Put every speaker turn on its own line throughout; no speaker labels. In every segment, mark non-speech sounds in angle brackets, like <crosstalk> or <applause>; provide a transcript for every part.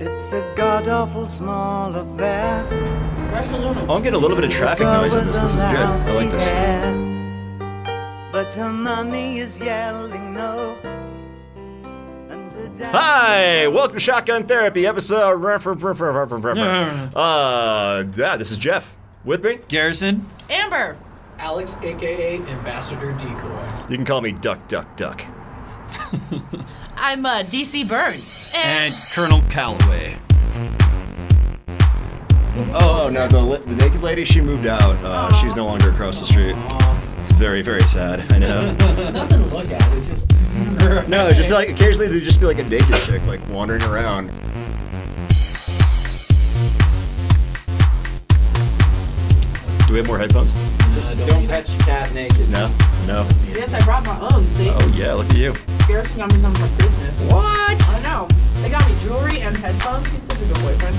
It's a god awful small affair.
Oh, I'm getting a little bit of traffic
Girl
noise on
with
this. This is
the
good. I like
lousy
this.
hair. But her mommy is yelling no. And her dad-
Hi, welcome to Shotgun Therapy episode. Uh, yeah, this is Jeff. With me,
Garrison,
Amber.
Alex, aka Ambassador Decoy.
you can call me Duck Duck Duck.
I'm uh, DC Burns.
and Colonel Calloway.
Oh, oh no, the, li- the naked lady she moved out. Uh, she's no longer across the street. It's very very sad. I know. <laughs>
It's nothing to look at. It's just
no, it's just like occasionally there'd just be like a naked chick like wandering around. Do we have more headphones?
just Uh, don't touch your cat naked.
No, no.
Yes, I brought my own. See,
Oh yeah, look at you.
Garrison got me some for Christmas.
What?
I know. They got me jewelry and headphones. He's such a good boyfriend.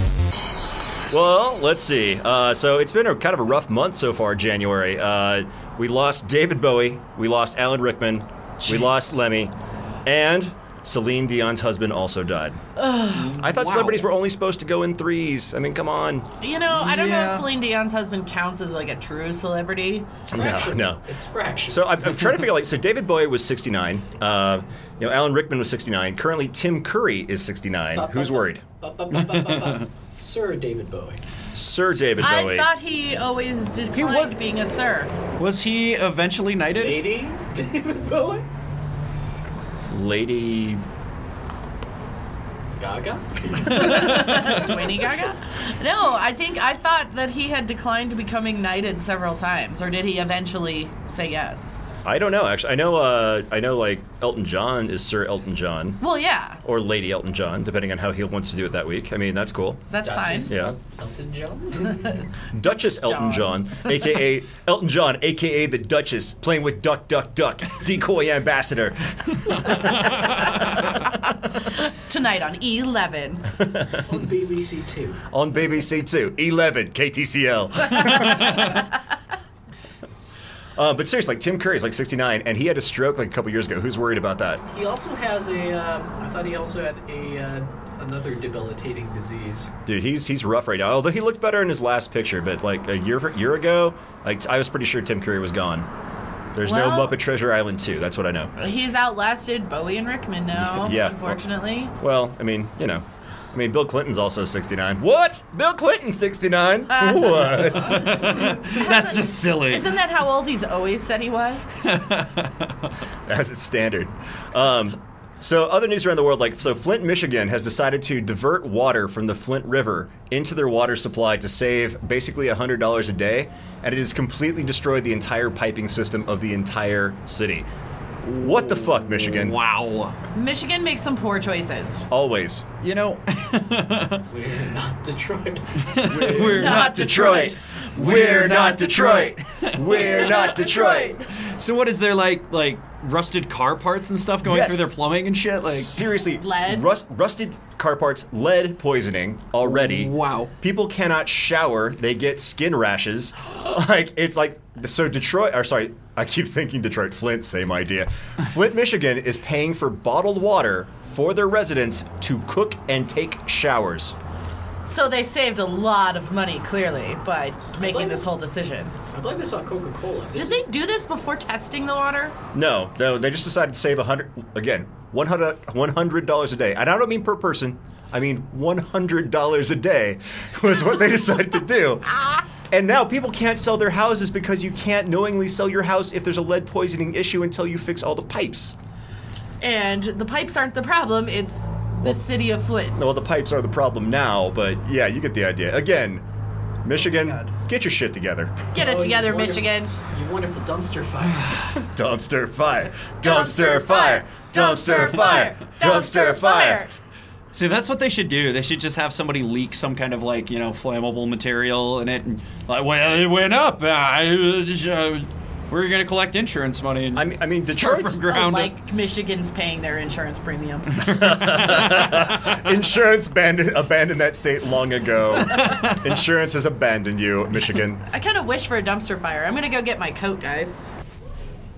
Well, let's see. Uh, so it's been a kind of a rough month so far, January. Uh, we lost David Bowie, we lost Alan Rickman, we lost Lemmy, and Celine Dion's husband also died. I thought celebrities were only supposed to go in threes. I mean, come on.
You know, I don't know
Yeah.
if Celine Dion's husband counts as like a true celebrity.
No, no.
It's fractured.
So I'm, I'm trying to figure like so David Bowie was 69. Uh, you know, Alan Rickman was 69. Currently, Tim Curry is
Uh,
69. Who's worried?
Bup, bup, bup, bup,
<laughs>
bup, bup. Sir David Bowie.
Sir David
uh, I
Bowie.
thought he always declined
was-
being a sir.
Was he eventually knighted?
Lady <laughs> David Bowie?
Lady
Gaga?
Lady
<laughs>
Gaga? No, I think I thought that he had declined to becoming knighted several times, or did he eventually say yes?
I don't know. Actually, I know. Uh, I know. Like Elton John is Sir Elton John
Well, yeah,
or Lady Elton John, depending on how he wants to do it that week. I mean, that's cool.
that's
Duchess
fine.
Yeah.
Elton John?
Duchess Elton John,
John.
aka Elton John, aka the Duchess, playing with Duck Duck Duck, decoy ambassador.
Tonight on Eleven.
On BBC Two.
on BBC Two, eleven KTCL. uh, but seriously, like Tim Curry is like 69, and he had a stroke like a couple years ago. Who's worried about that?
He also has a. Um, I thought he also had a uh, another debilitating disease.
Dude, he's he's rough right now. Although he looked better in his last picture, but like a year year ago, like I was pretty sure Tim Curry was gone. There's no
Well-
Muppet Treasure Island 2. That's what I know.
He's outlasted Bowie and Rickman now,
<laughs> Yeah.
unfortunately.
Well, I mean, you know. I mean, Bill Clinton's also 69. What? Bill Clinton uh, 69? what?
<laughs> That's just silly.
Isn't that how old he's always said he was?
<laughs> As it's standard. Um, so, other news around the world, like, so Flint, Michigan has decided to divert water from the Flint River into their water supply to save basically $100 a day, and it has completely destroyed the entire piping system of the entire city. What the fuck, Michigan?
wow.
Michigan makes some poor choices.
Always.
You know,
We're not <laughs> Detroit.
<laughs> we're
Not Detroit.
We're not Detroit. We're not Detroit.
So what is there like like rusted car parts and stuff going
Yes.
through their plumbing and shit? Like
Seriously,
Lead?
rust, rusted car parts, lead poisoning already.
Wow.
People cannot shower; they get skin rashes. <laughs> like it's like so Detroit. Or sorry, I keep thinking Detroit, Flint. Same idea. Flint, Michigan is paying for bottled water for their residents to cook and take showers.
So they saved a lot of money, clearly, by making
blame-
this whole decision.
I blame this on Coca Cola.
Did they do this before testing the water?
No, no, they just decided to save a hundred again. One hundred dollars a day, and I don't mean per person. I mean one hundred dollars a day <laughs> was what they decided to <laughs> do. And now people can't sell their houses because you can't knowingly sell your house if there's a lead poisoning issue until you fix all the pipes.
And the pipes aren't the problem, it's the city of Flint.
Well, the pipes are the problem now, but yeah, you get the idea. Again, Michigan, get your shit together. <laughs>
Get it together, Michigan.
You Oh, wonderful dumpster <sighs> fire.
Dumpster fire, dumpster fire, dumpster fire, dumpster fire.
See, that's what they should do. They should just have somebody leak some kind of like you know flammable material in it, and like well, it went up. Uh, I, uh, just, uh, we're gonna collect insurance money. And
I mean, I mean,
start
Detroit's
from
Oh,
ground. up.
like Michigan's paying their insurance premiums. <laughs>
Insurance abandoned, abandoned that state long ago. Insurance has abandoned you, Michigan.
I kind of wish for a dumpster fire. I'm gonna go get my coat, guys.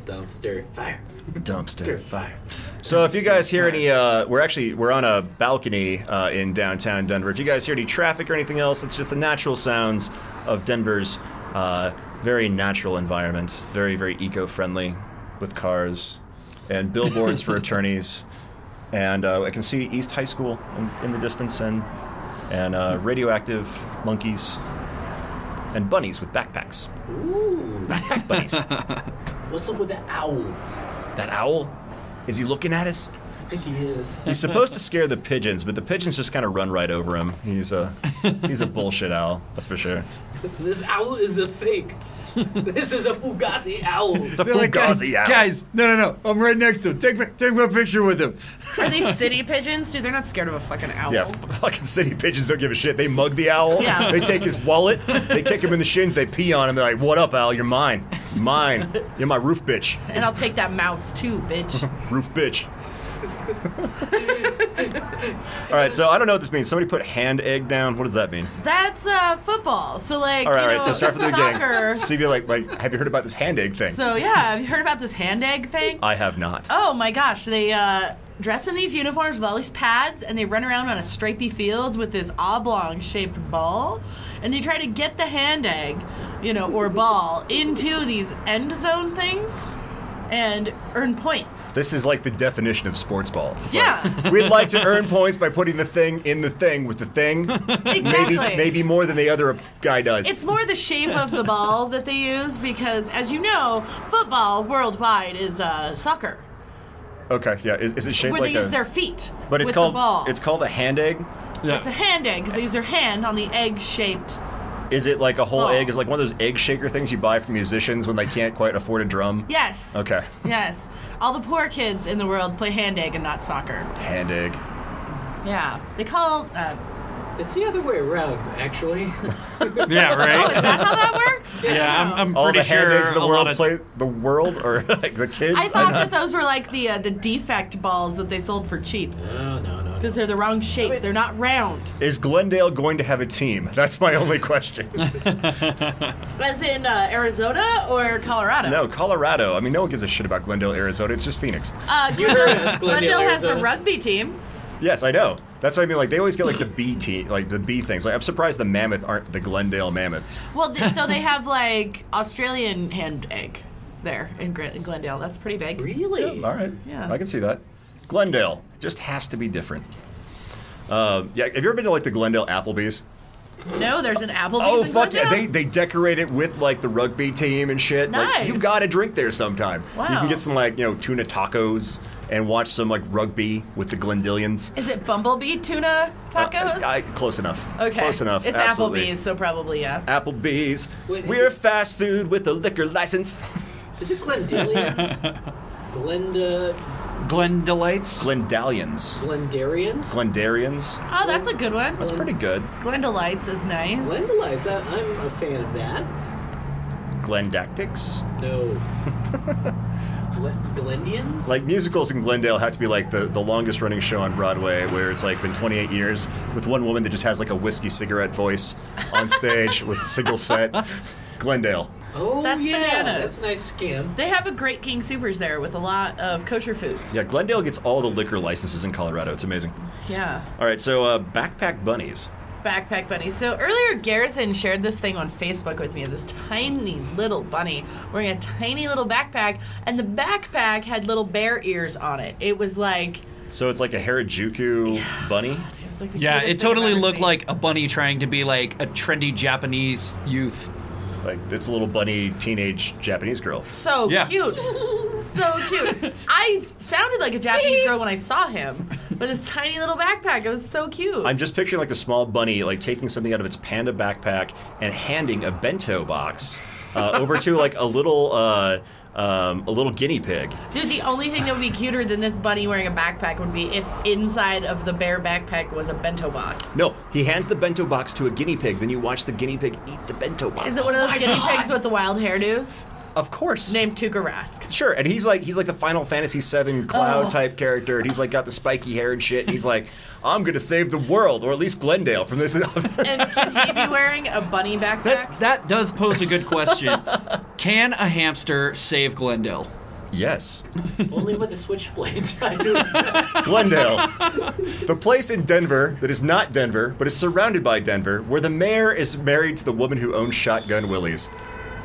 dumpster fire.
Dumpster.
Dirt fire.
So if you guys hear any, uh, we're actually we're on a balcony uh, in downtown Denver. If you guys hear any traffic or anything else, it's just the natural sounds of Denver's uh, very natural environment, very very eco-friendly, with cars and billboards for attorneys, and uh, I can see East High School in, in the distance, and and uh, radioactive monkeys and bunnies with backpacks.
Ooh.
Bunnies.
<laughs> What's up with the owl?
that owl, is he looking at us?
I think he is.
He's supposed to scare the pigeons, but the pigeons just kind of run right over him. He's a he's a bullshit owl, that's for sure.
<laughs> This owl is a <laughs> fake. this is a Fugazi owl.
It's a
They're like, guys,
Fugazi owl.
guys, no, no, no. I'm right next to him. Take my, take my picture with him.
Are these city pigeons? Dude, they're not scared of a fucking owl.
yeah, f- fucking city pigeons don't give a shit. They mug the owl.
Yeah.
They take his wallet. They kick him in the shins. They pee on him. They're like, "What up, owl? You're mine. Mine. You're my roof bitch.
And I'll take that mouse too,
<laughs>
bitch.
Roof bitch." All right, so I don't know what this means. Somebody put hand egg down. What does that mean?
That's uh, football. So like,
All right,
you
all
know,
right. So start from the
soccer.
beginning. See, be like, like, have you heard about this hand egg thing?
So yeah, have you heard about this hand egg thing?
I have not.
Oh my gosh, they uh, dress in these uniforms with all these pads and they run around on a stripy field with this oblong shaped ball and they try to get the hand egg, you know, or ball into these end zone things and earn points.
This is like the definition of sports ball. It's like,
Yeah.
We'd like to earn points by putting the thing in the thing with
<laughs>
the thing.
Exactly.
Maybe maybe more than the other guy does.
<laughs> It's more the shape of the ball that they use because, as you know, football worldwide is uh, soccer,
okay, yeah. Is, is it shaped
where
like
they use
a,
their feet.
But it's
with
called
the ball.
it's called a hand egg.
Yeah.
It's a hand egg because they use their hand on the egg-shaped.
Is it like a whole
Ball.
egg? Is it like one of those egg shaker things you buy from musicians when they can't quite afford a drum?
Yes.
Okay.
Yes. All the poor kids in the world play hand egg and not soccer.
Hand egg.
Yeah. They call. Uh,
It's the other way around, <laughs> actually.
yeah,
<laughs> oh, is
right.
that how that
<laughs>
works? I
Yeah,
don't
I'm,
know.
I'm
All
pretty
the hand
sure
eggs in the
a
world
lot of
play the world or <laughs> like the kids.
I thought that those were like the uh, the defect balls that they sold for cheap
No, no, no. no.
because they're the wrong shape. They're not round.
is Glendale going to have a team? That's my only question.
<laughs>
As in uh, Arizona or Colorado.
no, Colorado. I mean, no one gives a shit about Glendale, Arizona. It's just Phoenix.
Uh,
<laughs> heard
Glendale,
us, Glendale,
Glendale has the
Arizona.
rugby team.
Yes, I know. That's what I mean. Like they always get like the B team, like the B things. Like I'm surprised the mammoth aren't the Glendale mammoth.
Well, th- so
<laughs>
they have like Australian hand egg there in, Gre- in Glendale. That's pretty big.
Really?
All right,
Yeah.
I can see that. Glendale just has to be different. Um, yeah, have you ever been to like the Glendale Applebee's?
No, there's an Applebee's
Oh
in
fuck yeah!
Glendale.
They they decorate it with like the rugby team and shit. Like you
Nice.
got to drink there sometime. You
Wow.
can get some like you know tuna tacos and watch some like rugby with the Glendalians.
Is it Bumblebee tuna tacos?
I, close enough.
okay,
Close enough.
It's
absolutely.
Applebee's, so probably yeah.
Applebee's.
Wait, is
We're
it-
fast food with a liquor license.
Is it Glendalians? <laughs> Glenda.
Glendalites.
Glendalians.
Glendarians?
Glendarians.
Oh, that's a good one.
That's pretty good.
Glendalites is nice.
Glendalites. I, I'm a fan of that.
Glendactics.
<laughs> No. Glen- Glendians?
Like musicals in Glendale have to be like the, the longest running show on Broadway where it's like been 28 years with one woman that just has like a whiskey cigarette voice on stage with a single set. Glendale.
Oh,
That's
yeah.
bananas.
That's a nice scam.
They have a great King Supers there with a lot of kosher foods.
Yeah, Glendale gets all the liquor licenses in Colorado. It's amazing.
Yeah.
All right, so uh, backpack bunnies.
Backpack bunny. So earlier, Garrison shared this thing on Facebook with me. This tiny little bunny wearing a tiny little backpack, and the backpack had little bear ears on it. It was like
So it's like a Harajuku bunny.
it was like the
Yeah,
cutest
it
thing I've
totally
ever
looked
seen.
like a bunny trying to be like a trendy Japanese youth.
Like it's a little bunny teenage Japanese girl.
so
Yeah.
cute. So cute.
<laughs>
I sounded like a Japanese girl when I saw him with his tiny little backpack. It was so cute.
I'm just picturing like a small bunny like taking something out of its panda backpack and handing a bento box uh, over to like a little uh, um, a little guinea pig.
Dude, the only thing that would be cuter than this bunny wearing a backpack would be if inside of the bear backpack was a bento box.
No, he hands the bento box to a guinea pig. Then you watch the guinea pig eat the bento box.
Is it one of those guinea pigs with the wild hairdos
Of course.
named Tuka Rask?
Sure, and he's like he's like the Final Fantasy VII Cloud
Oh.
type character, and he's like got the spiky hair and shit, and he's like, I'm gonna save the world, or at least Glendale from this. <laughs>
And can he be wearing a bunny backpack? <laughs>
That that does pose a good question. Can a hamster save Glendale?
Yes.
Only with the switchblade. <laughs> I do his best.
Glendale. <laughs> the place in Denver that is not Denver, but is surrounded by Denver, where the mayor is married to the woman who owns Shotgun Willie's.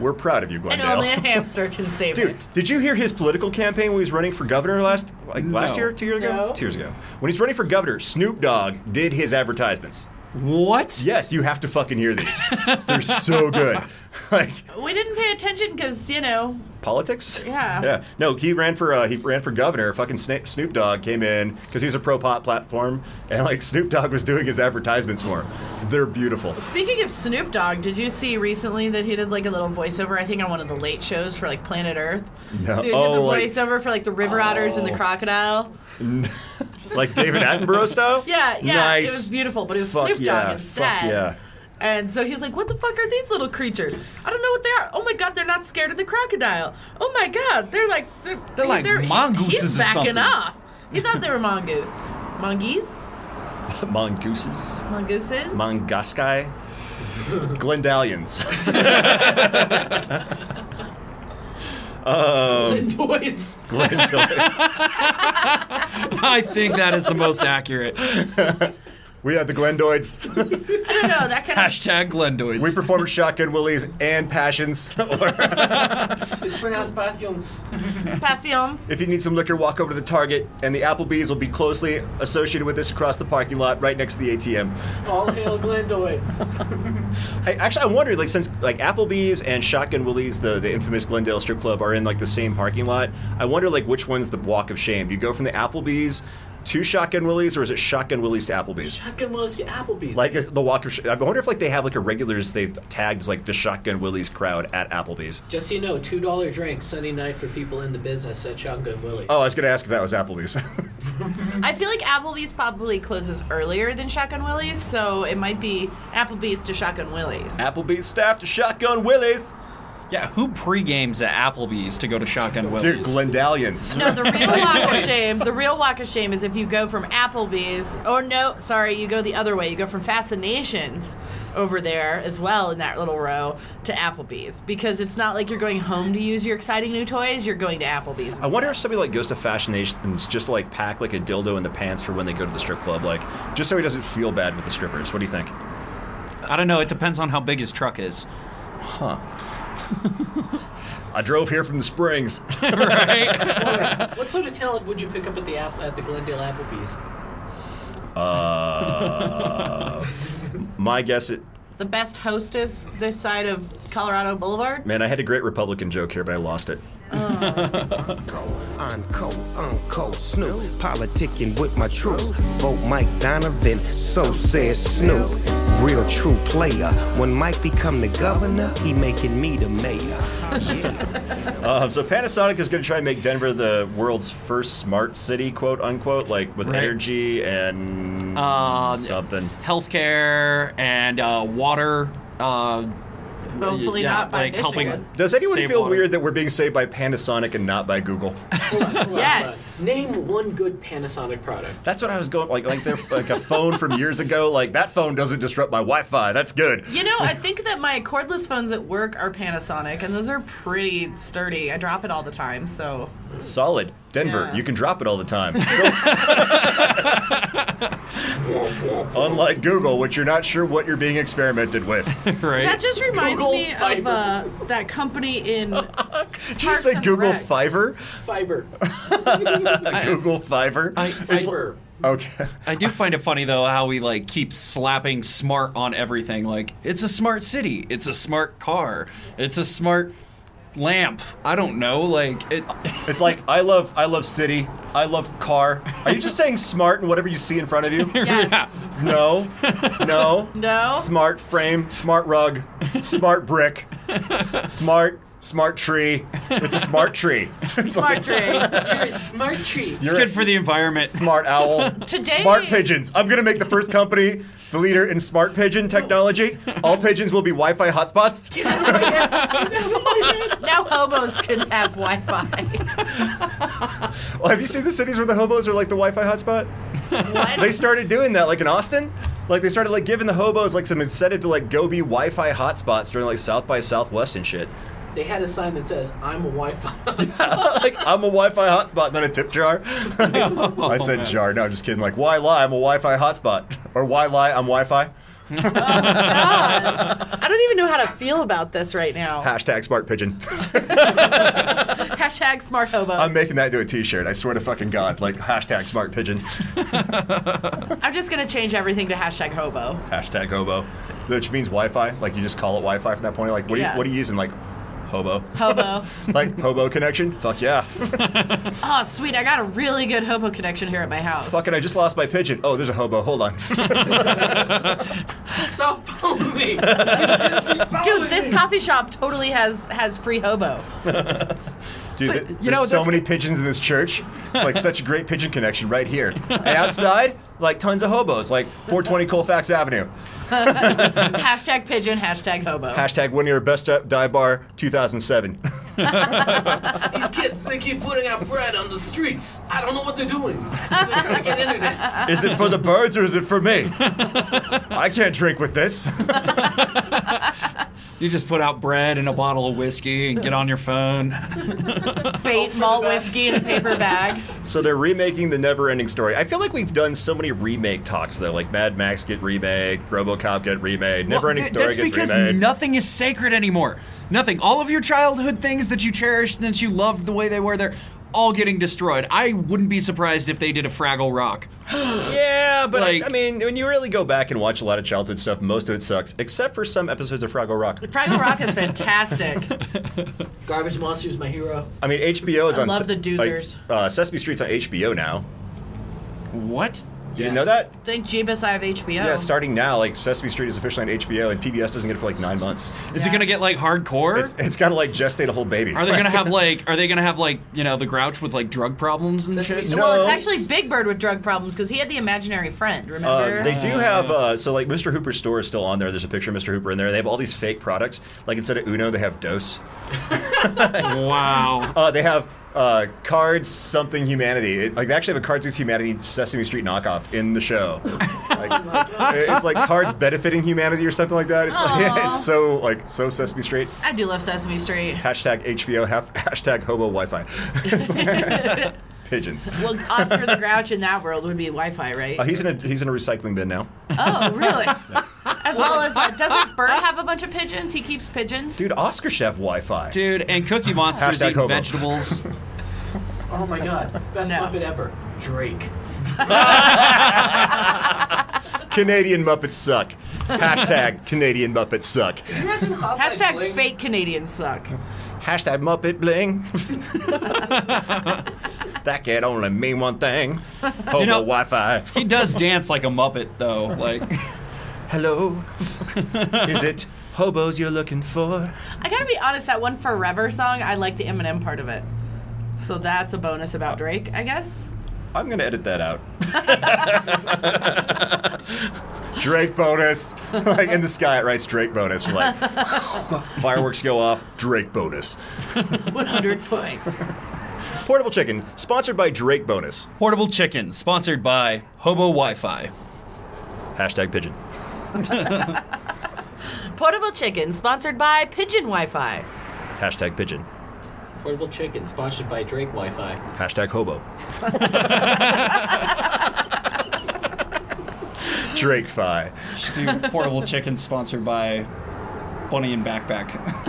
We're proud of you,
And
Glendale.
only a hamster can save
Dude,
it.
did you hear his political campaign when he was running for governor last like last
No.
year, two years ago,
No.
two years ago? When he's running for governor, Snoop Dogg did his advertisements.
What?
Yes, you have to fucking hear these. They're so good. <laughs> Like
We didn't pay attention because you know
politics.
<laughs> Yeah.
Yeah. No, he ran for uh, he ran for governor. Fucking Sna- Snoop Dogg came in because he was a pro pot platform, and like Snoop Dogg was doing his advertisements for him. They're beautiful.
Speaking of Snoop Dogg, did you see recently that he did like a little voiceover? I think on one of the late shows for like Planet Earth.
No.
So he did
Oh,
the
like-
voiceover for like the river otters and the
Oh.
crocodile. <laughs>
Like David Attenborough style.
Yeah, yeah.
Nice.
It was beautiful, but it was
Fuck
Snoop Dogg
yeah.
instead.
Fuck yeah.
And so he's like, "What the fuck are these little creatures? I don't know what they are. Oh my god, they're not scared of the crocodile. Oh my god, they're like they're,
They're like mongooses
He's
or
backing
something."
off. He thought they were mongoose, <laughs> mongoose,
Mongooses.
mongooses.
Mangoskai. Glendalians. um,
Lindoids.
Glendalians.
<laughs> I think that is the most accurate.
We had the Glendoids.
I don't know that kind of.
Hashtag Glendoids.
<laughs>
We performed Shotgun Willies and Passions.
It's pronounced passions.
<laughs>
Papillon.
If you need some liquor, walk over to the Target, and the Applebee's will be closely associated with this across the parking lot, right next to the ATM.
All hail Glendoids.
I, actually, I wondered, like, since like Applebee's and Shotgun Willie's, the, the infamous Glendale strip club, are in like the same parking lot. I wonder, like, which one's the walk of shame? Do you go from the Applebee's to Shotgun Willie's, or is it Shotgun Willie's to Applebee's?
Shotgun Willis to Applebee's.
Like uh, the walk of sh- I wonder if like they have like a regulars they've tagged as, like the Shotgun Willie's crowd at Applebee's.
Just so you know, two dollar drink Sunday night for people in the business at Shotgun Willie.
Oh, I was gonna ask if that was Applebee's. <laughs>
I feel like Applebee's probably closes earlier than Shotgun Willie's, so it might be Applebee's to Shotgun Willie's.
Applebee's staff to Shotgun Willie's.
yeah, who pre-games at Applebee's to go to Shotgun Willie's?
Dude, Glendalians.
No, the
<laughs>
real walk of shame. The real walk of shame is if you go from Applebee's, or no, sorry, you go the other way. You go from Fascinations over there as well in that little row to Applebee's because it's not like you're going home to use your exciting new toys. You're going to Applebee's.
I wonder if somebody like goes to Fashion Nation and just like pack like a dildo in the pants for when they go to the strip club, like just so he doesn't feel bad with the strippers. What do you think?
I don't know. It depends on how big his truck is.
I drove here from the Springs. <laughs>
<laughs> Right?
What sort of talent would you pick up at the app, at the Glendale Applebee's?
Uh, my guess it.
the best hostess this side of Colorado Boulevard.
Man, I had a great Republican joke here, but I lost it.
Go on, co, on, co, Snoop. Politicking with my troops. Vote Mike Donovan, so says Snoop. Real true player. When Mike become the governor, he making me the mayor. Yeah.
Um, so Panasonic is going to try and make Denver the world's first smart city, quote unquote, like with
Right.
energy and
Uh,
something.
Healthcare and uh, water. Uh,
Hopefully
yeah,
not by
like
Michigan.
helping.
Does anyone
save
feel
water.
weird that we're being saved by Panasonic and not by
<laughs>
Google?
Hold on, hold on, hold on.
Yes.
Name one good Panasonic product.
That's what I was going like like <laughs> they're like a phone from years ago. Like that phone doesn't disrupt my Wi-Fi. That's good.
You know, I think that my cordless phones at work are Panasonic, and those are pretty sturdy. I drop it all the time, so.
It's solid. Denver,
Yeah.
you can drop it all the <laughs> time. <laughs> Unlike Google, which you're not sure what you're being experimented with.
Right?
That just reminds
Google
me of
Fiber.
uh, that company in.
<laughs>
Did you say
and
Google
Rec.
Fiverr?
Fiber.
<laughs> Google Fiverr?
I- I-
Fiber.
okay.
I do find it funny though how we like keep slapping smart on everything. Like it's a smart city, it's a smart car, it's a smart lamp. I don't know. Like it.
It's like I love I love city. I love car. Are you just saying smart and whatever you see in front of <laughs> you?
Yes.
No. No.
No.
Smart frame, smart rug, smart brick, s- smart smart tree. It's a smart tree. It's
Smart
like
trade.
<laughs> You're a smart tree.
It's good for the environment.
smart owl.
Today-
Smart pigeons. I'm going to make the first company the leader in smart pigeon technology. All pigeons will be
<laughs>
Wi-Fi hotspots.
<laughs> now hobos can have Wi Fi.
Well, have you seen the cities where the hobos are like the Wi-Fi hotspot? They
What?
started doing that like in Austin. Like they started like giving the hobos like some incentive to like go be Wi-Fi hotspots during like South by Southwest and shit. <laughs>
They had a sign that says, "I'm a Wi-Fi." <laughs>
like I'm a Wi-Fi hotspot, not a tip jar. <laughs> I said
man.
jar. No, I'm just kidding. Like why lie? I'm a Wi-Fi hotspot, <laughs> or why lie? I'm Wi-Fi.
God. I don't even know how to feel about this right now.
Hashtag smart pigeon. <laughs>
Hashtag smart hobo.
I'm making that into a T-shirt. I swear to fucking God. Like hashtag smart pigeon. <laughs>
I'm just gonna change everything to hashtag hobo.
Hashtag hobo, which means Wi-Fi. Like you just call it Wi-Fi from that point. Like what are
Yeah.
you what are you using? Like hobo.
Hobo.
<laughs> like hobo connection.
<laughs>
Fuck yeah.
oh, sweet! I got a really good hobo connection here at my house.
Fucking I just lost my pigeon. Oh, there's a hobo. Hold on.
Stop following me.
Dude, this coffee shop totally has has free hobo.
Dude,
like,
th-
you
there's
know,
so
that's
many pigeons in this church. It's
<laughs>
like such a great pigeon connection right here. And outside, like tons of hobos, like 420 Colfax Avenue.
hashtag pigeon. Hashtag hobo.
Hashtag one of your best up dive bar 2007.
These kids, they keep putting out bread on the streets. I don't know what they're doing. I think they're trying to get internet.
is it for
<laughs>
the birds or is it for me? I can't drink with this.
You just put out bread and a bottle of whiskey and get on your phone.
Bait malt whiskey in a paper bag.
So they're remaking the never ending story. I feel like we've done so many remake talks though. Like Mad Max get remade, RoboCop get remade, <laughs> never ending
Well,
story
th-
gets
That's because
remade.
nothing is sacred anymore. Nothing. All of your childhood things that you cherished and that you loved the way they were, they're all getting destroyed. I wouldn't be surprised if they did a Fraggle Rock.
Yeah, but
Like-
I, I mean, when you really go back and watch a lot of childhood stuff, most of it sucks, except for some episodes of Fraggle Rock.
Fraggle Rock is fantastic.
Garbage Monster's my hero.
I mean, HBO is
I
on.
love
Se-
the doozers.
like, uh, Sesame Street's on HBO now.
What?
You didn't know that?
Thank Jeebus, I have HBO.
Yeah, starting now, like Sesame Street is officially on HBO, and PBS doesn't get it for like nine months.
Is
Yeah.
it gonna get like hardcore?
It's it's got to like gestate a whole baby.
are they
<laughs>
gonna have like? Are they gonna have like? You know, the Grouch with like drug problems and
Sesame
shit.
Street.
Well, it's
No.
actually Big Bird with drug problems because he had the imaginary friend. Remember?
Uh, they do
Oh.
have uh, so like Mr. Hooper's store is still on there. There's a picture of Mr. Hooper in there. They have all these fake products. Like instead of Uno, they have Dose.
Wow.
Uh, they have uh, Cards Something Humanity. It- like they actually have a Cards Against Humanity Sesame Street knockoff in
<laughs>
the show.
Oh
Like, it's like Cards Benefiting Humanity or something like <laughs> that. It's
Aw.
it's so like so Sesame Street.
I do love Sesame Street.
Hashtag HBO, haf- <laughs> hashtag hobo Wi Fi. Pigeons.
Well, Oscar the Grouch in that world would be Wi-Fi, right?
Uh, he's in a he's in a recycling bin now.
oh,
<laughs>
really? As well as uh, doesn't Bird have a bunch of pigeons? He keeps pigeons.
Dude, Oscar Chef Wi Fi.
Dude, and Cookie Monster's
Hashtag
eating
hobo. <laughs>
vegetables.
Oh my god, best
No.
Muppet ever. Drake.
Canadian Muppets suck.
<laughs>
Hashtag Canadian Muppets suck.
Imagine Hot Light
Hashtag
Bling.
fake Canadians suck.
Hashtag Muppet
<laughs>
Bling. that can only mean one thing. Hobo
know-
Wi
<laughs>
Fi.
he does dance like a Muppet though. Like <laughs>
Hello. Is it hobos you're looking for?
I gotta be honest, that one Forever song, I like the Eminem part of it. So that's a bonus about Drake, I guess.
I'm gonna edit that out. <laughs> Drake bonus, <laughs> like in the sky, it writes Drake bonus. We're like <laughs> fireworks go off, Drake bonus.
100 points.
Portable chicken, sponsored by Drake bonus.
portable chicken, sponsored by Hobo Wi-Fi.
Hashtag pigeon.
Portable chicken, sponsored by Pigeon Wi-Fi.
Hashtag pigeon.
Portable chicken sponsored by Drake Wi-Fi.
Hashtag hobo. <laughs> Drake fi.
Just do portable chicken sponsored by Bunny and Backpack.
<laughs>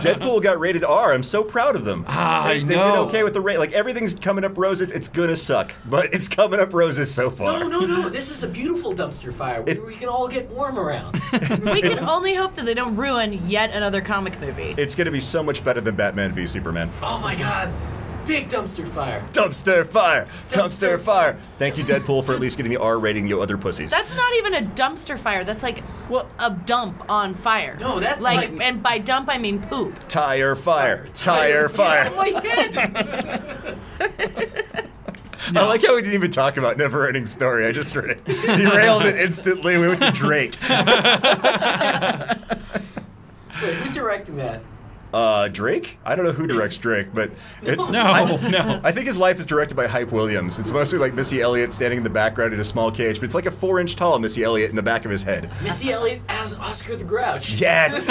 Deadpool got rated R. I'm so proud of them. Ah,
I
they, they did
know.
okay with the rate. Like everything's coming up roses. It's gonna suck, but it's coming up roses so far.
No, no, no. This is a beautiful dumpster fire where
It-
we can all get warm around.
<laughs>
We can only hope that they don't ruin yet another comic movie.
It's going to be so much better than Batman v Superman.
<laughs> oh my god. Big dumpster fire.
Dumpster fire! Dumpster
Dumpster
fire! Thank you, Deadpool, for at least getting the R rating, you other pussies.
That's not even a dumpster fire. That's like
Well-
a dump on fire.
No, that's like-
and by dump I mean
<laughs>
poop.
Tire fire! Tire fire!
<laughs> Oh my head.
I like how we didn't even talk about Never Ending Story. I just heard it. Derailed it instantly. We went to Drake.
Wait, who's directing that?
Uh, Drake? I don't know who directs Drake, but it's.
No,
I, <laughs>
no.
I think his life is directed by Hype Williams. It's mostly like Missy Elliott standing in the background in a small cage, but it's like a four inch tall Missy Elliott in the back of his head.
<laughs> Missy Elliott as Oscar the Grouch.
Yes!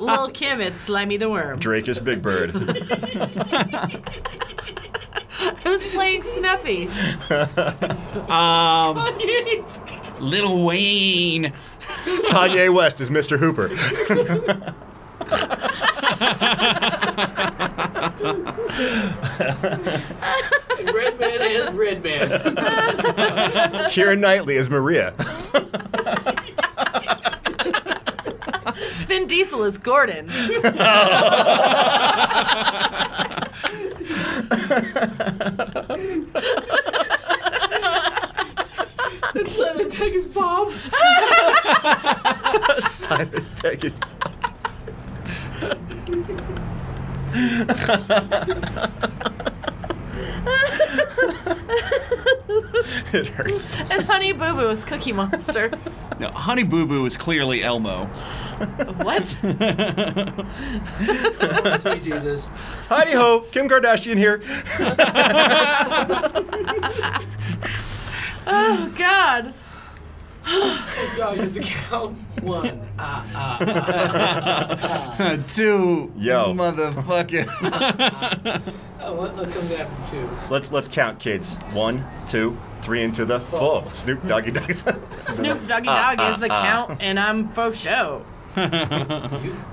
Lil Kim is Slimy the Worm.
Drake is Big Bird.
Who's playing Snuffy?
Um, Little Wayne.
Kanye West is Mr. Hooper.
Red man is red man.
Kieran Knightley is Maria.
Vin Diesel is Gordon.
And <laughs> Simon Pegg is Bob.
Simon Pegg is. it hurts.
And Honey Boo Boo is Cookie
<laughs>
Monster.
No, Honey Boo Boo is clearly Elmo.
What?
Sweet Jesus.
Heidi ho, Kim Kardashian here.
Oh, God.
Dog <laughs> is a cow. One. Ah, ah, ah.
Two.
Yo.
Motherfucker.
Oh, what look comes after
<laughs>
two?
Let's let's count, kids. One, two, three, into the four. Snoop Doggy Dogs. <laughs>
Snoop Doggy
Uh,
Dog is the count, and I'm for show.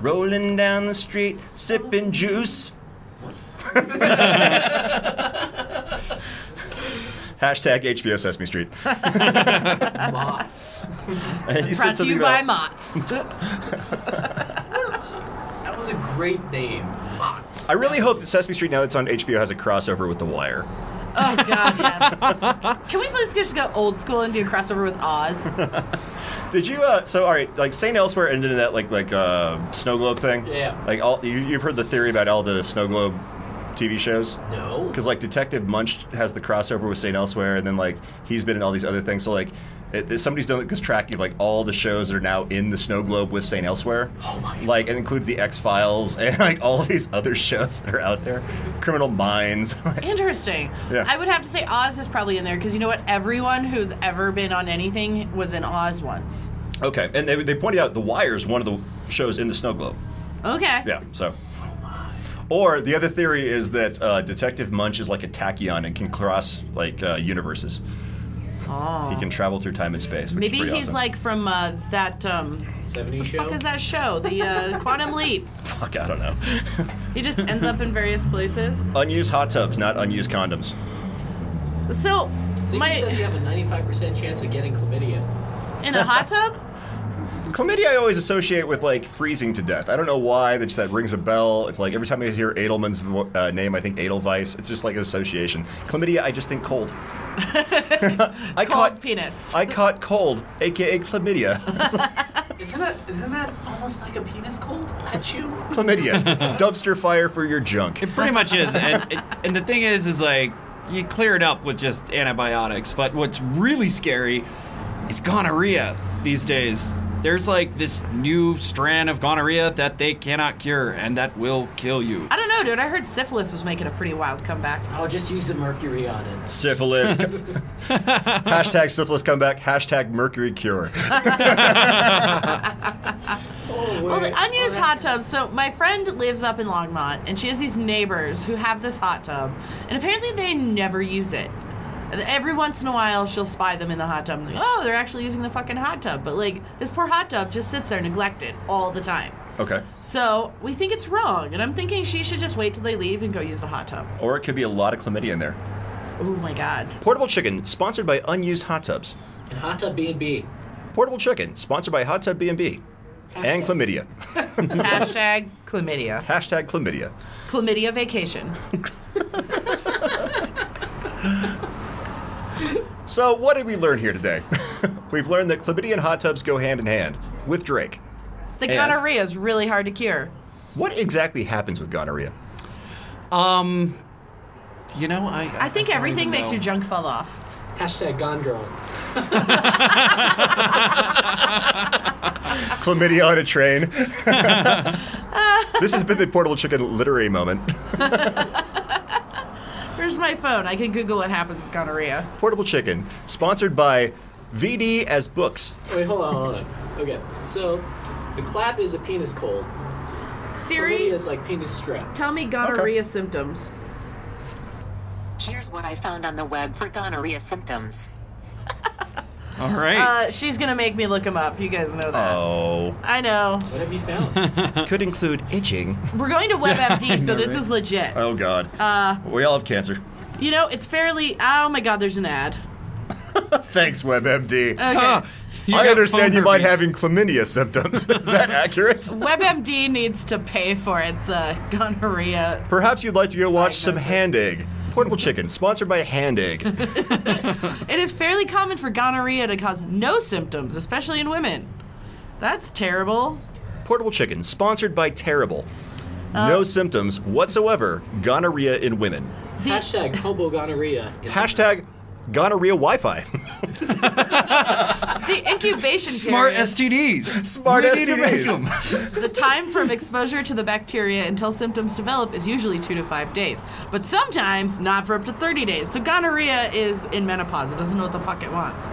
Rolling down the street, sipping juice. Hashtag HBO Sesame Street.
Bots.
And you
Brought to you by
about-
Mott's.
That was a great name. Bots.
I really hope that Sesame Street, now it's on HBO, has a crossover with The Wire.
Oh God, yes.
<laughs>
Can we please just go old school and do a crossover with Oz?
Did you? Uh, so all right, like Saint Elsewhere ended in that like like uh, snow globe thing.
Yeah.
Like all you, you've heard the theory about all the snow globe TV shows.
No.
Because like Detective Munch has the crossover with Saint Elsewhere, and then like he's been in all these other things. So like. It, it- somebody's done like this tracking of like all the shows that are now in the snow globe with Saint Elsewhere. Oh
my God.
Like it includes the X Files <laughs> and like all these other shows that are out there, Criminal Minds.
Interesting.
Yeah.
I would have to say Oz is probably in there because you know what? Everyone who's ever been on anything was in Oz once.
okay, and they, they pointed out The Wire is one of the shows in the snow globe.
Okay.
Yeah, so. Or the other theory is that uh, Detective Munch is like a tachyon and can cross like uh, universes. He can travel through time and space. Which
Oh. Maybe
is pretty
he's
awesome.
like from uh, that. Um,
70 show.
fuck is that show? The uh, Quantum Leap.
fuck, I don't know. <laughs>
He just ends up in various places.
unused hot tubs, not unused condoms.
So,
See,
my
he says you have a 95% chance of getting chlamydia.
in a hot
<laughs>
tub.
Chlamydia, I always associate with like freezing to death. I don't know why that just, that rings a bell. It's like every time I hear Edelman's vo- uh, name, I think Edelweiss. It's just like an association. Chlamydia, I just think cold. <laughs> I
<laughs> Cold
caught
penis.
I caught cold, aka chlamydia.
Isn't that, isn't that almost like a penis cold? At you?
chlamydia, dumpster fire for your junk.
It pretty much is. And, and the thing is, is like, you clear it up with just antibiotics. But what's really scary is gonorrhea these days. There's like this new strand of gonorrhea that they cannot cure and that will kill you.
I don't know, dude. I heard syphilis was making a pretty wild comeback.
I'll Oh, just use the mercury on it.
Syphilis. hashtag syphilis comeback. Hashtag mercury cure.
Oh,
Well,
wait.
the unused hot tubs. So my friend lives up in Longmont, and she has these neighbors who have this hot tub, and apparently they never use it. Every once in a while, she'll spy them in the hot tub. And like, oh, they're actually using the fucking hot tub, but like this poor hot tub just sits there neglected all the time.
Okay.
So we think it's wrong, and I'm thinking she should just wait till they leave and go use the hot tub.
Or it could be a lot of chlamydia in there.
Oh my god.
Portable chicken, sponsored by unused hot tubs.
Hot tub B&B.
Portable chicken, sponsored by Hot Tub B&B. And chlamydia.
Hashtag chlamydia.
Hashtag chlamydia.
Chlamydia vacation.
So, what did we learn here today? <laughs> We've learned that chlamydia and hot tubs go hand in hand with Drake.
The
And-
gonorrhea is really hard to cure.
What exactly happens with gonorrhea?
Um, you know, I.
I think
don't
everything
even
makes
know.
your junk fall off.
Hashtag gone girl.
Chlamydia on a
<laughs>
train. <laughs> this has been the Portable Chicken literary moment.
Where's my phone? I can Google what happens with gonorrhea.
Portable Chicken, sponsored by VD as Books.
Wait, hold on, hold on. Okay, so the clap is a penis cold.
Siri,
Chlamydia is like penis strap.
tell me gonorrhea symptoms.
Here's what I found on the web for gonorrhea symptoms.
All right.
Uh, she's gonna make me look him up. You guys know that.
Oh.
I know.
What have you <laughs> found?
Could include itching.
We're going to WebMD, so
know,
this
right?
is legit.
Oh, God. Uh, we all have cancer.
You know, it's fairly. Oh my God, there's an ad.
Thanks, WebMD.
Okay.
Ah, You
I
got
understand
phone
you might
herpes.
having chlamydia symptoms. <laughs> Is that accurate?
WebMD needs to pay for its uh, gonorrhea.
Perhaps you'd like to go watch some
Diagnosis.
hand egg. Portable chicken, sponsored by Hand
<laughs>
Egg.
It is fairly common for gonorrhea to cause no symptoms, especially in women. That's terrible.
Portable chicken, sponsored by Terrible. No
Uh.
symptoms whatsoever. Gonorrhea in women.
Hashtag hobo gonorrhea. in-
Hashtag gonorrhea <laughs> Wi-Fi.
The incubation
Smart
period,
STDs.
Smart
need to make 'em.
the time from exposure to the bacteria until symptoms develop, is usually two to five days, but sometimes not for up to 30 days. So gonorrhea is in menopause; it doesn't know what the fuck it wants.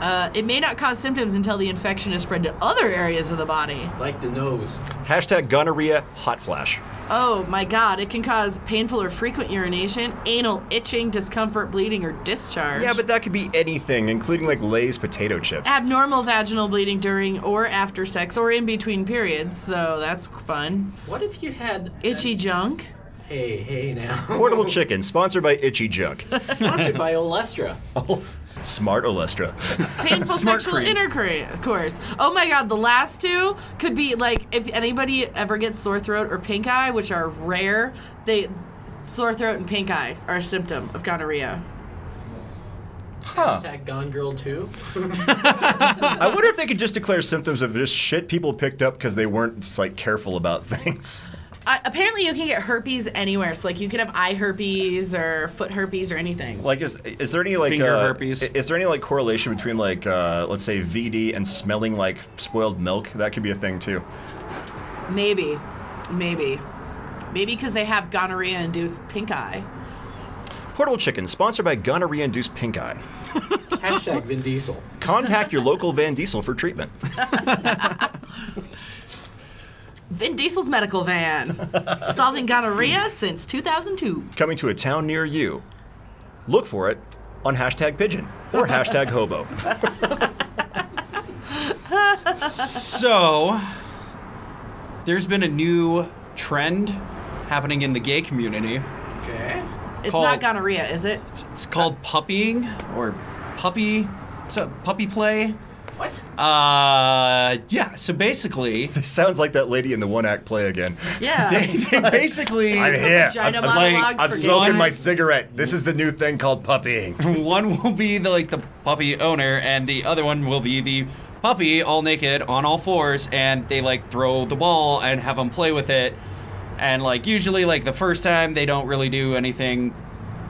Uh, it may not cause symptoms until the infection is spread to other areas of the body.
Like the nose.
Hashtag gonorrhea hot flash.
Oh my god, it can cause painful or frequent urination, anal itching, discomfort, bleeding, or discharge.
Yeah, but that could be anything, including like Lay's potato chips.
Ah. abnormal vaginal bleeding during or after sex or in between periods, so that's fun.
What if you had
Itchy junk.
Hey, hey now. <laughs>
Portable chicken, sponsored by Itchy Junk.
Sponsored by Olestra.
Smart Olestra.
Painful
Smart
sexual
cream.
intercourse. Oh my god, the last two could be like if anybody ever gets sore throat or pink eye, which are rare, they sore throat and pink eye are a symptom of gonorrhea.
Hashtag Gone Girl 2.
I wonder if they could just declare symptoms of just shit people picked up because they weren't just, like careful about <laughs> things.
Uh, apparently, you can get herpes anywhere. So, like, you could have eye herpes or foot herpes or anything.
Like, is is there any like
Finger
uh,
herpes.
i- Is there any like correlation between like uh, let's say VD and smelling like spoiled milk? That could be a thing too.
Maybe, maybe, maybe because they have gonorrhea-induced pink eye.
Portable chicken, sponsored by gonorrhea-induced pink eye.
Hashtag Vin Diesel.
Contact your local Van Diesel for treatment.
Vin Diesel's medical
<laughs>
van, solving gonorrhea since 2002.
Coming to a town near you. Look for it on hashtag pigeon or hashtag hobo. <laughs>
So, there's been a new trend happening in the gay community.
Okay.
It's
Called-
not gonorrhea, is it?
It's called puppying or puppy, it's a puppy play.
What?
Uh, yeah. So
<laughs>
basically, <laughs>
This sounds like that lady in the one act play again.
Yeah.
they, they basically
I'm here.
Vagina
I'm, I'm-
monologues
I'm
for
smoking
gay
my
guys.
cigarette. This is the new thing called puppying.
one will be the like the puppy owner, and the other one will be the puppy all naked on all fours, and they like throw the ball and have them play with it, and like usually like the first time they don't really do anything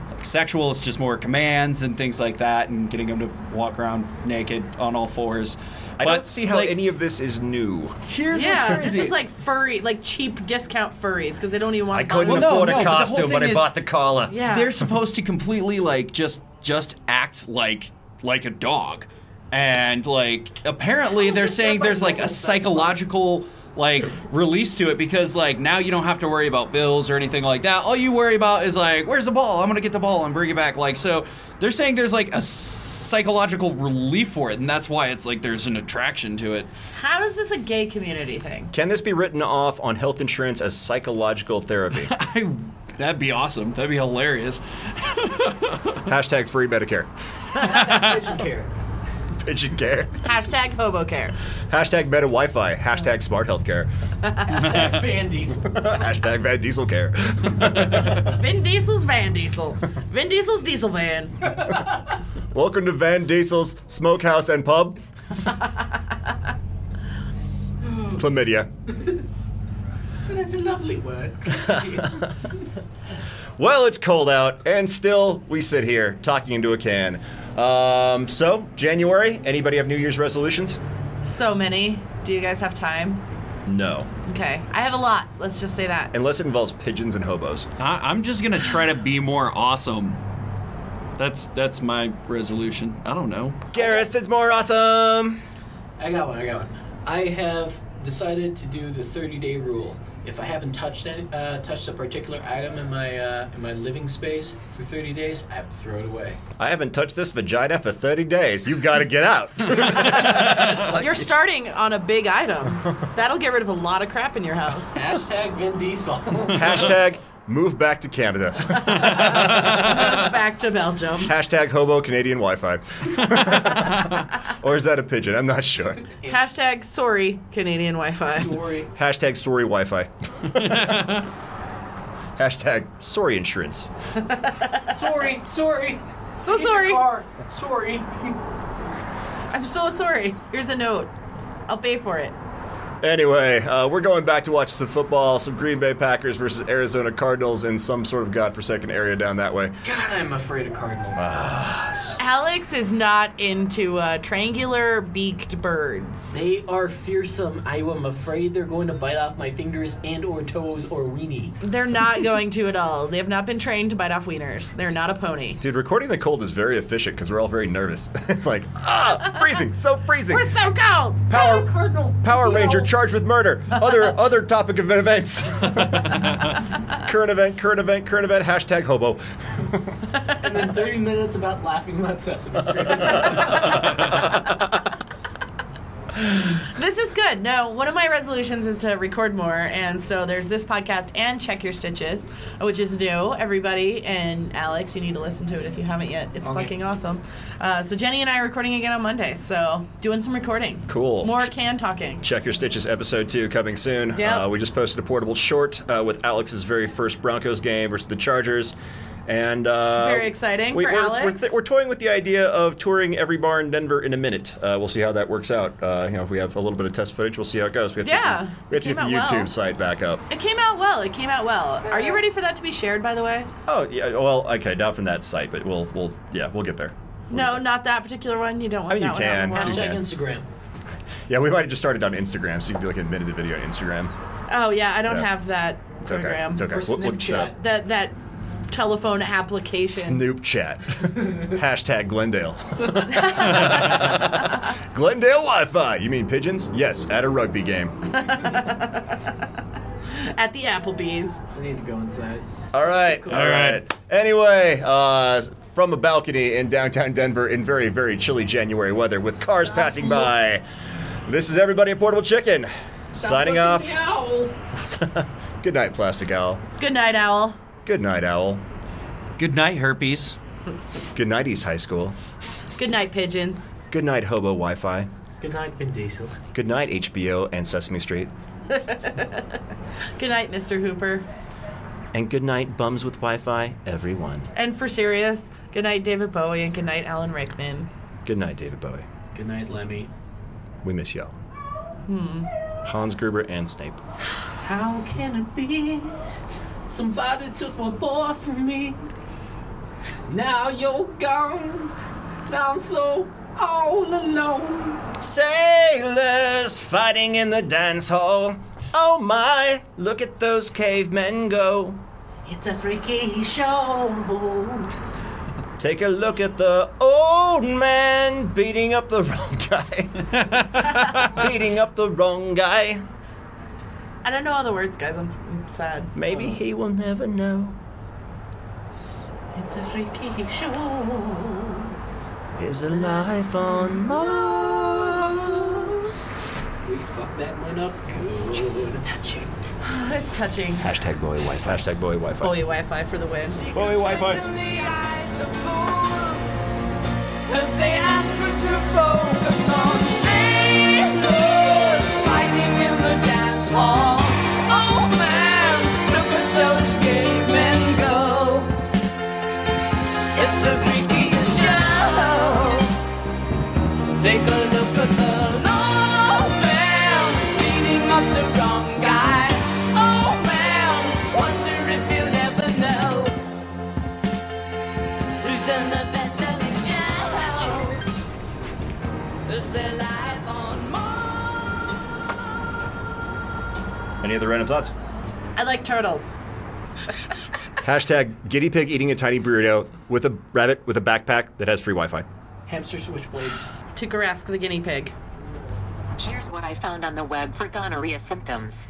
like sexual. It's just more commands and things like that, and getting them to walk around naked on all fours.
I
But,
don't see how
like,
any of this is new.
Here's
Yeah,
what's
this
crazy.
is like furry, like cheap discount furries because they don't even want.
I couldn't
Well, no,
afford
no,
a
but the whole
costume, but,
thing
I
is-
bought the collar.
Yeah.
they're supposed to completely like just just act like like a dog and like apparently they're saying there's like a psychological like release to it because like now you don't have to worry about bills or anything like that all you worry about is like where's the ball i'm gonna get the ball and bring it back like so they're saying there's like a psychological relief for it and that's why it's like there's an attraction to it <laughs>
How is this a gay community thing?
Can this be written off on health insurance as psychological
<laughs>
therapy?
I, that'd be awesome that'd be hilarious
Hashtag free Medicare.
Pigeon care.
Pigeon care.
Hashtag hobo care.
Hashtag meta Wi Fi. Hashtag smart healthcare.
Hashtag Van Diesel.
Hashtag Van Diesel care.
Vin Diesel's Van
<laughs>
Diesel. Vin Diesel's Diesel Van.
Welcome to Van Diesel's Smokehouse and Pub. Chlamydia.
Isn't it a lovely <laughs> word?
Well, it's cold out, and still we sit here talking into a can. Um, so, January, anybody have New Year's resolutions?
So many. Do you guys have time?
No.
Okay, I have a lot. Let's just say that.
Unless it involves pigeons and hobos.
I, I'm just gonna try to be more awesome. That's that's my resolution. I don't know.
Garrison's more awesome!
I got one, I got one. I have decided to do the 30 day rule. if I haven't touched any, uh, touched a particular item in my uh, in my living space for 30 days, I have to throw it away.
I haven't touched this vagina for 30 days. You've got to get out.
You're starting on a big item. That'll get rid of a lot of crap in your
<laughs>
house.
Hashtag Vin <laughs> Diesel.
Hashtag move back to Canada.
Move back to Belgium.
Hashtag hobo Canadian Wi Fi. <laughs> or is that a pigeon? I'm not sure.
Hashtag sorry, Canadian Wi Fi.
Sorry.
Hashtag story
<laughs>
Wi Fi. Hashtag sorry insurance.
Sorry, Oh, sorry.
So
It's your
sorry.
car. Sorry.
I'm so sorry. Here's a note. I'll pay for it.
Anyway, uh, we're going back to watch some football, some Green Bay Packers versus Arizona Cardinals in some sort of godforsaken area down that way.
God, I'm afraid of cardinals.
Alex is not into uh, triangular beaked birds.
They are fearsome. I am afraid they're going to bite off my fingers and or toes or weenie.
They're
<laughs>
not going to at all. They have not been trained to bite off wieners. They're not a pony.
Dude, recording the cold is very efficient because we're all very nervous. <laughs> it's like, ah, freezing, so freezing.
We're so cold.
Power,
Cardinal.
Power
No.
Ranger charged with murder.
<laughs>
Other other topic of events. <laughs> current event, current event, current event. Hashtag hobo.
And then 30 minutes about laughing about Sesame
<laughs>
Street.
This is good. No, one of my resolutions is to record more, and so there's this podcast and Check Your Stitches, which is new. Everybody and Alex, you need to listen to it if you haven't yet. It's fucking awesome. Uh, so Jenny and I are recording again on Monday, so doing some recording.
Cool.
More can talking.
Check Your Stitches episode two coming soon.
Yep.
Uh, we just posted a portable short uh, with Alex's very first Broncos game versus the Chargers. And uh,
Very exciting for
we're,
Alex.
We're, th- we're toying with the idea of touring every bar in Denver in a minute. Uh, we'll see how that works out. Uh, you know, if we have a little bit of test footage, we'll see how it goes. We have
Yeah.
to, get the- we have to
Came
get the
out
YouTube
well.
site back up.
It came out well. It came out well. Are you ready for that to be shared, by the way?
Oh yeah, well okay, not from that site, but we'll we'll yeah we'll get there.
No, not that particular one. You don't want
I mean,
that
Oh, you
one out in
can.
the world.
You
Hashtag
can.
Instagram.
Yeah, we might have just started on Instagram, so you can do like a minute of video on Instagram.
Oh yeah, I don't
Yeah.
have that
It's okay.
program.
It's okay.
Or
We'll, we'll just set up.
Snapchat.
That that telephone application.
Snoop chat. <laughs> Hashtag Glendale. <laughs> Glendale Wi Fi. You mean pigeons? Yes, at a rugby game.
at the Applebee's.
I need to go inside.
All right. All right. Anyway, uh, from a balcony in downtown Denver in very, very chilly January weather with cars passing by. This is everybody at Portable Chicken. Signing off. Good night, Plastic Owl.
Good night, Owl.
Good night, Owl.
Good night, herpes.
Good night, East High School.
Good night, pigeons.
Good night, Hobo Wi Fi.
Good night, Vin Diesel.
Good night, HBO and Sesame Street.
Good night, Mr. Hooper.
And good night, Bums with Wi Fi, everyone.
And for serious, good night, David Bowie, and good night, Alan Rickman.
Good night, David Bowie.
Good night, Lemmy.
We miss y'all. Hans Gruber and Snape.
How can it be? Somebody took my boy from me. Now you're gone. Now I'm so all alone.
Sailors fighting in the dance hall. Oh my, look at those cavemen go.
It's a freaky show.
Take a look at the old man beating up the <laughs> wrong guy. beating up the wrong guy.
I don't know all the words, guys. I'm, I'm sad.
Maybe he will never know.
It's a freaky show.
Is a life on Mars.
We fucked that one up good. Touching.
<laughs> It's touching.
Hashtag boy Wi Fi. Hashtag boy Wi Fi.
Bowie Wi-Fi for the win.
Boy Wi Fi.
Oh, Take a look at the long man beating up the wrong guy. Oh man, wonder if you'll ever know who's in the best-selling show. Is there life on Mars?
Any other random thoughts?
I like turtles.
Hashtag guinea pig eating a tiny burrito with a rabbit with a backpack that has free Wi Fi.
Hamster switchblades.
Tukarask the guinea pig.
Here's what I found on the web for gonorrhea symptoms.